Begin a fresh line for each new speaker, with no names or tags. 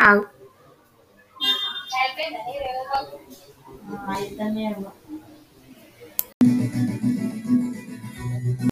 out.